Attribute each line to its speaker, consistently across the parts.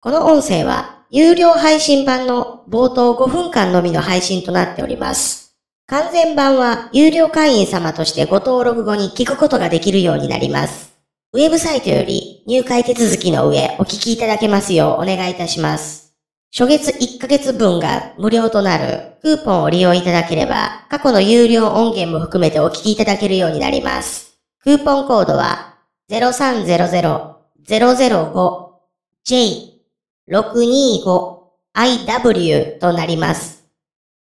Speaker 1: この音声は有料配信版の冒頭5分間のみの配信となっております。完全版は有料会員様としてご登録後に聞くことができるようになります。ウェブサイトより入会手続きの上お聞きいただけますようお願いいたします。初月1ヶ月分が無料となるクーポンを利用いただければ過去の有料音源も含めてお聞きいただけるようになります。クーポンコードは 0300-005J625IW となります。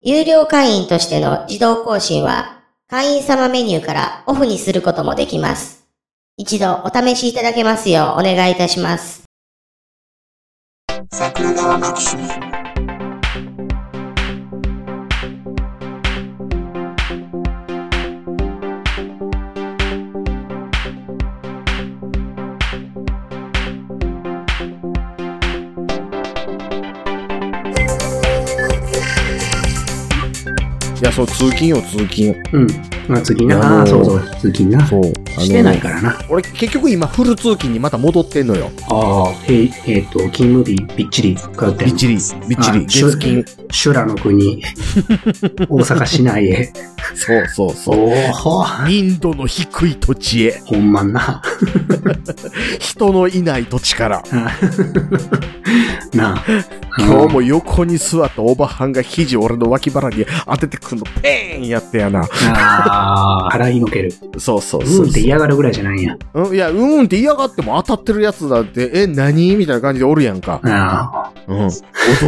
Speaker 1: 有料会員としての自動更新は会員様メニューからオフにすることもできます。一度お試しいただけますようお願いいたします。
Speaker 2: 桜川マキシム
Speaker 3: いや、そう、通勤よ、通勤。
Speaker 4: うん。まあ、通勤
Speaker 3: いや
Speaker 4: な。あ
Speaker 3: もう
Speaker 4: あ、そうそう、通勤な。
Speaker 3: そう。
Speaker 4: してないからな。
Speaker 3: 俺、結局今、フル通勤にまた戻ってんのよ。
Speaker 4: ああ、へいえっ、と、勤務日、びっちり通って
Speaker 3: び
Speaker 4: んの
Speaker 3: っちり、びっちり、
Speaker 4: あ修
Speaker 3: 月金。
Speaker 4: 修羅 の国、大阪市内へ。
Speaker 3: そうそうそう。
Speaker 4: おお、
Speaker 3: 民度の低い土地へ、
Speaker 4: ほんまんな。
Speaker 3: 人のいない土地から。
Speaker 4: なあ。
Speaker 3: 今日も横に座ったオバハンが肘俺の脇腹に当ててくんの、ペーンやってやな。
Speaker 4: ああ、払いのける。
Speaker 3: そうそううそう
Speaker 4: ー
Speaker 3: そ
Speaker 4: ん
Speaker 3: う。
Speaker 4: って嫌がるぐらいじゃないんや。
Speaker 3: うんいや、うんって嫌がっても当たってるやつだって、え、何みたいな感じでおるやんか。
Speaker 4: ああ、
Speaker 3: うん。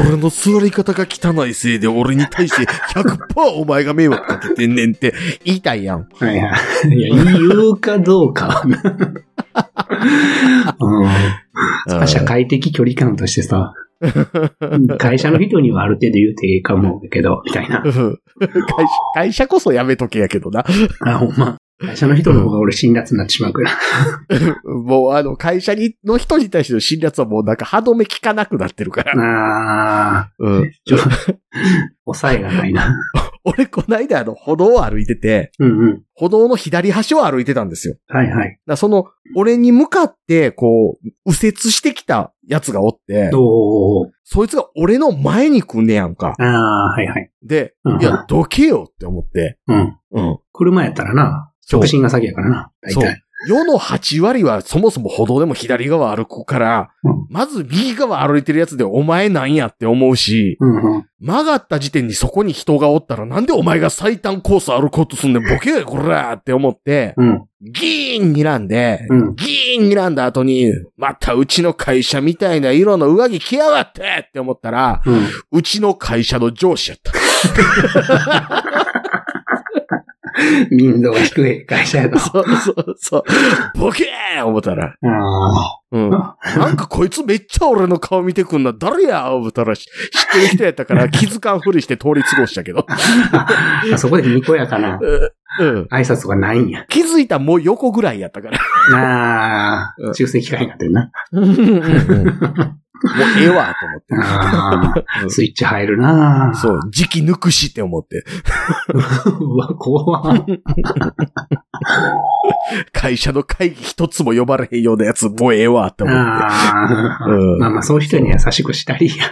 Speaker 3: 俺の座り方が汚いせいで俺に対して100%お前が迷惑かけてんねんって言いたいやん。
Speaker 4: はいはい。いや、言うかどうか はな。うん。社会的距離感としてさ、 会社の人にはある程度言うていいかもやけど、みたいな。
Speaker 3: うん会社会社こそやめとけやけどな。
Speaker 4: あ、ほんま。会社の人の方が俺辛辣になってしまうから。
Speaker 3: もうあの会社にの人に対しての辛辣はもうなんか歯止め効かなくなってるから。
Speaker 4: あ
Speaker 3: うん、
Speaker 4: ー、ちょ、抑えがないな。
Speaker 3: 俺こないだあの歩道を歩いてて、
Speaker 4: うんうん。
Speaker 3: 歩道の左端を歩いてたんですよ。だか
Speaker 4: はいはい。
Speaker 3: らその俺に向かってこう右折してきたやつがおって、
Speaker 4: どう
Speaker 3: そいつが俺の前に来んねやんか。
Speaker 4: ああー、はいはい。
Speaker 3: で、
Speaker 4: うん
Speaker 3: いや、どけよって思って。
Speaker 4: うん。
Speaker 3: うん。
Speaker 4: 車やったらな、
Speaker 3: そう
Speaker 4: 直進が先やからな、大
Speaker 3: そう
Speaker 4: 体。。
Speaker 3: 世の8割はそもそも歩道でも左側歩くから、
Speaker 4: うん
Speaker 3: まず右側歩いてるやつでお前なんやって思うし、
Speaker 4: うんうん。
Speaker 3: 曲がった時点にそこに人がおったらなんでお前が最短コース歩こうとすんねん、ボケやこらーって思って、
Speaker 4: うん。
Speaker 3: ギーン睨んで、
Speaker 4: うん。
Speaker 3: ギーン睨んだ後に、またうちの会社みたいな色の上着着やがってって思ったら、
Speaker 4: うん。
Speaker 3: うちの会社の上司やった。
Speaker 4: 民度が低い会社や と。
Speaker 3: そうそうそう。ボケー思ったら。
Speaker 4: あ
Speaker 3: うん。
Speaker 4: あ。
Speaker 3: なんかこいつめっちゃ俺の顔見てくんな。誰や思ったらし知ってる人やったから気づかんふりして通り過ごしたけど。
Speaker 4: あそこでにこやかな
Speaker 3: うん。
Speaker 4: 挨拶がないんや。
Speaker 3: 気づいたもう横ぐらいやったから。
Speaker 4: あ
Speaker 3: うん
Speaker 4: あ、修正機会になってるな。
Speaker 3: もうええわと思って。
Speaker 4: あ
Speaker 3: う
Speaker 4: あ、
Speaker 3: ん
Speaker 4: スイッチ入るな。
Speaker 3: そう、時期抜くしって思って。
Speaker 4: うわ、怖っ
Speaker 3: 会社の会議一つも呼ばれへんようなやつ、もうええわって思って。
Speaker 4: ああ、
Speaker 3: うん
Speaker 4: まあまあ、そういう人には優しくしたりや。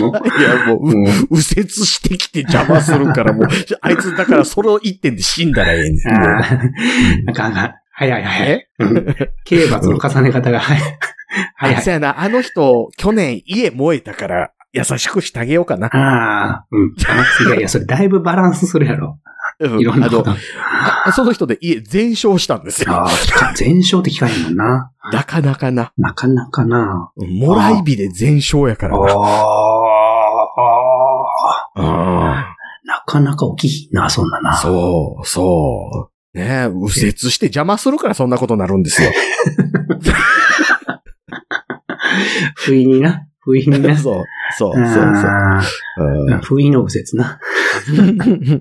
Speaker 4: もう
Speaker 3: いや、もう、う
Speaker 4: もう
Speaker 3: 右折してきて邪魔するから、もう、あいつだからその一点で死んだらええねん。
Speaker 4: あーなんかあかん、早い早い。うん刑罰の重ね方が早い。早
Speaker 3: あ、
Speaker 4: い。
Speaker 3: そやな、あの人、去年家燃えたから、優しくしてあげようかな。
Speaker 4: ああ、うん。いやいや、それだいぶバランスするやろ。
Speaker 3: うん
Speaker 4: いろんな
Speaker 3: あの
Speaker 4: こと。あ
Speaker 3: あその人で家全焼したんですよ。
Speaker 4: あー、全焼って機会もんな。
Speaker 3: なかなかな。
Speaker 4: なかなかな。
Speaker 3: もらい火で全焼やか
Speaker 4: あ
Speaker 3: らな。
Speaker 4: あ、
Speaker 3: あ
Speaker 4: なかなか起きひんな、そんな
Speaker 3: あ
Speaker 4: な。
Speaker 3: そう、そう。ねえ、右折して邪魔するからそんなことになるんです よ。
Speaker 4: 不意にな。不意に
Speaker 3: そう、
Speaker 4: な。
Speaker 3: そう、そう、そう。
Speaker 4: あ
Speaker 3: う
Speaker 4: ー不意の右折な。
Speaker 3: ん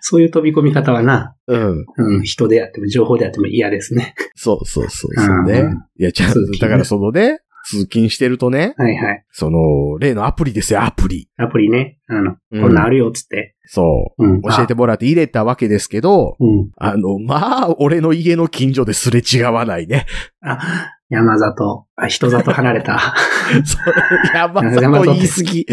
Speaker 4: そういう飛び込み方はな。
Speaker 3: うん。
Speaker 4: うん、人であっても情報であっても嫌ですね。
Speaker 3: そう、そう、そう、そうね
Speaker 4: うん。
Speaker 3: いや、ちゃんと
Speaker 4: 通勤ね
Speaker 3: だからそのね、通勤してるとね、
Speaker 4: はいはい。
Speaker 3: その、例のアプリですよ、アプリ。
Speaker 4: アプリね。あの、
Speaker 3: うん
Speaker 4: こんなんあるよっつって。
Speaker 3: そう。
Speaker 4: うん。
Speaker 3: 教えてもらって入れたわけですけど
Speaker 4: あ。、うん。
Speaker 3: あの、まあ、俺の家の近所ですれ違わないね。
Speaker 4: あ、山里、あ人里離れた。
Speaker 3: そう山里言い過ぎ。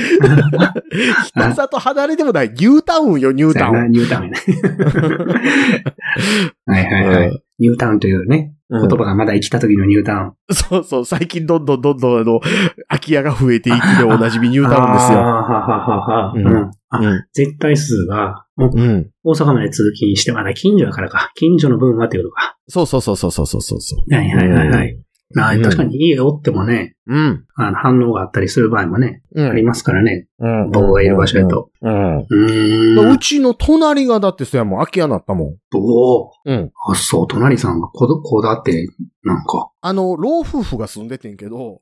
Speaker 3: 山里離れてもない。ニュータウンよ、ニュータウン。
Speaker 4: ニュータウンね。 はいはいは
Speaker 3: う
Speaker 4: い。ニュータウンという
Speaker 3: う
Speaker 4: ね、
Speaker 3: ん
Speaker 4: 言葉がまだ生きた時のニュータウン。
Speaker 3: そうそう、最近どんどんどんどんあの、空き家が増えていきでおなじみニュータウンですよ。
Speaker 4: あーはははは
Speaker 3: うん
Speaker 4: うんあ絶対数が、うん
Speaker 3: うん。うん。
Speaker 4: 大阪まで通勤して、まだ近所だからか。近所の分はってことか。
Speaker 3: そうそうそうそうそうそうそう。
Speaker 4: はいはいはいはい。あー
Speaker 3: うん
Speaker 4: 確かに家おってもね、
Speaker 3: うん。
Speaker 4: あの反応があったりする場合もね、
Speaker 3: うん
Speaker 4: ありますからね。
Speaker 3: うん
Speaker 4: 僕がいる場所やと。
Speaker 3: うん。
Speaker 4: うー。
Speaker 3: うんうちの隣がだってそうやもん、空き家なったもん。
Speaker 4: おー
Speaker 3: うん。
Speaker 4: あ、そう、隣さんがこだ、こだって、なんか。
Speaker 3: あの、老夫婦が住んでてんけど、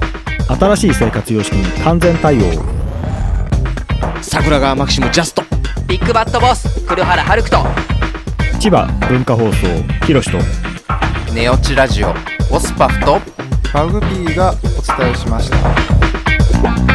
Speaker 5: 新しい生活様式に完全対応
Speaker 2: 桜川マキシムジャスト。
Speaker 6: ビッグバットボス黒原遥人
Speaker 5: 千葉文化放送ひろしと
Speaker 7: ネオチラジオ。オスパフと
Speaker 8: マグピーがお伝えしました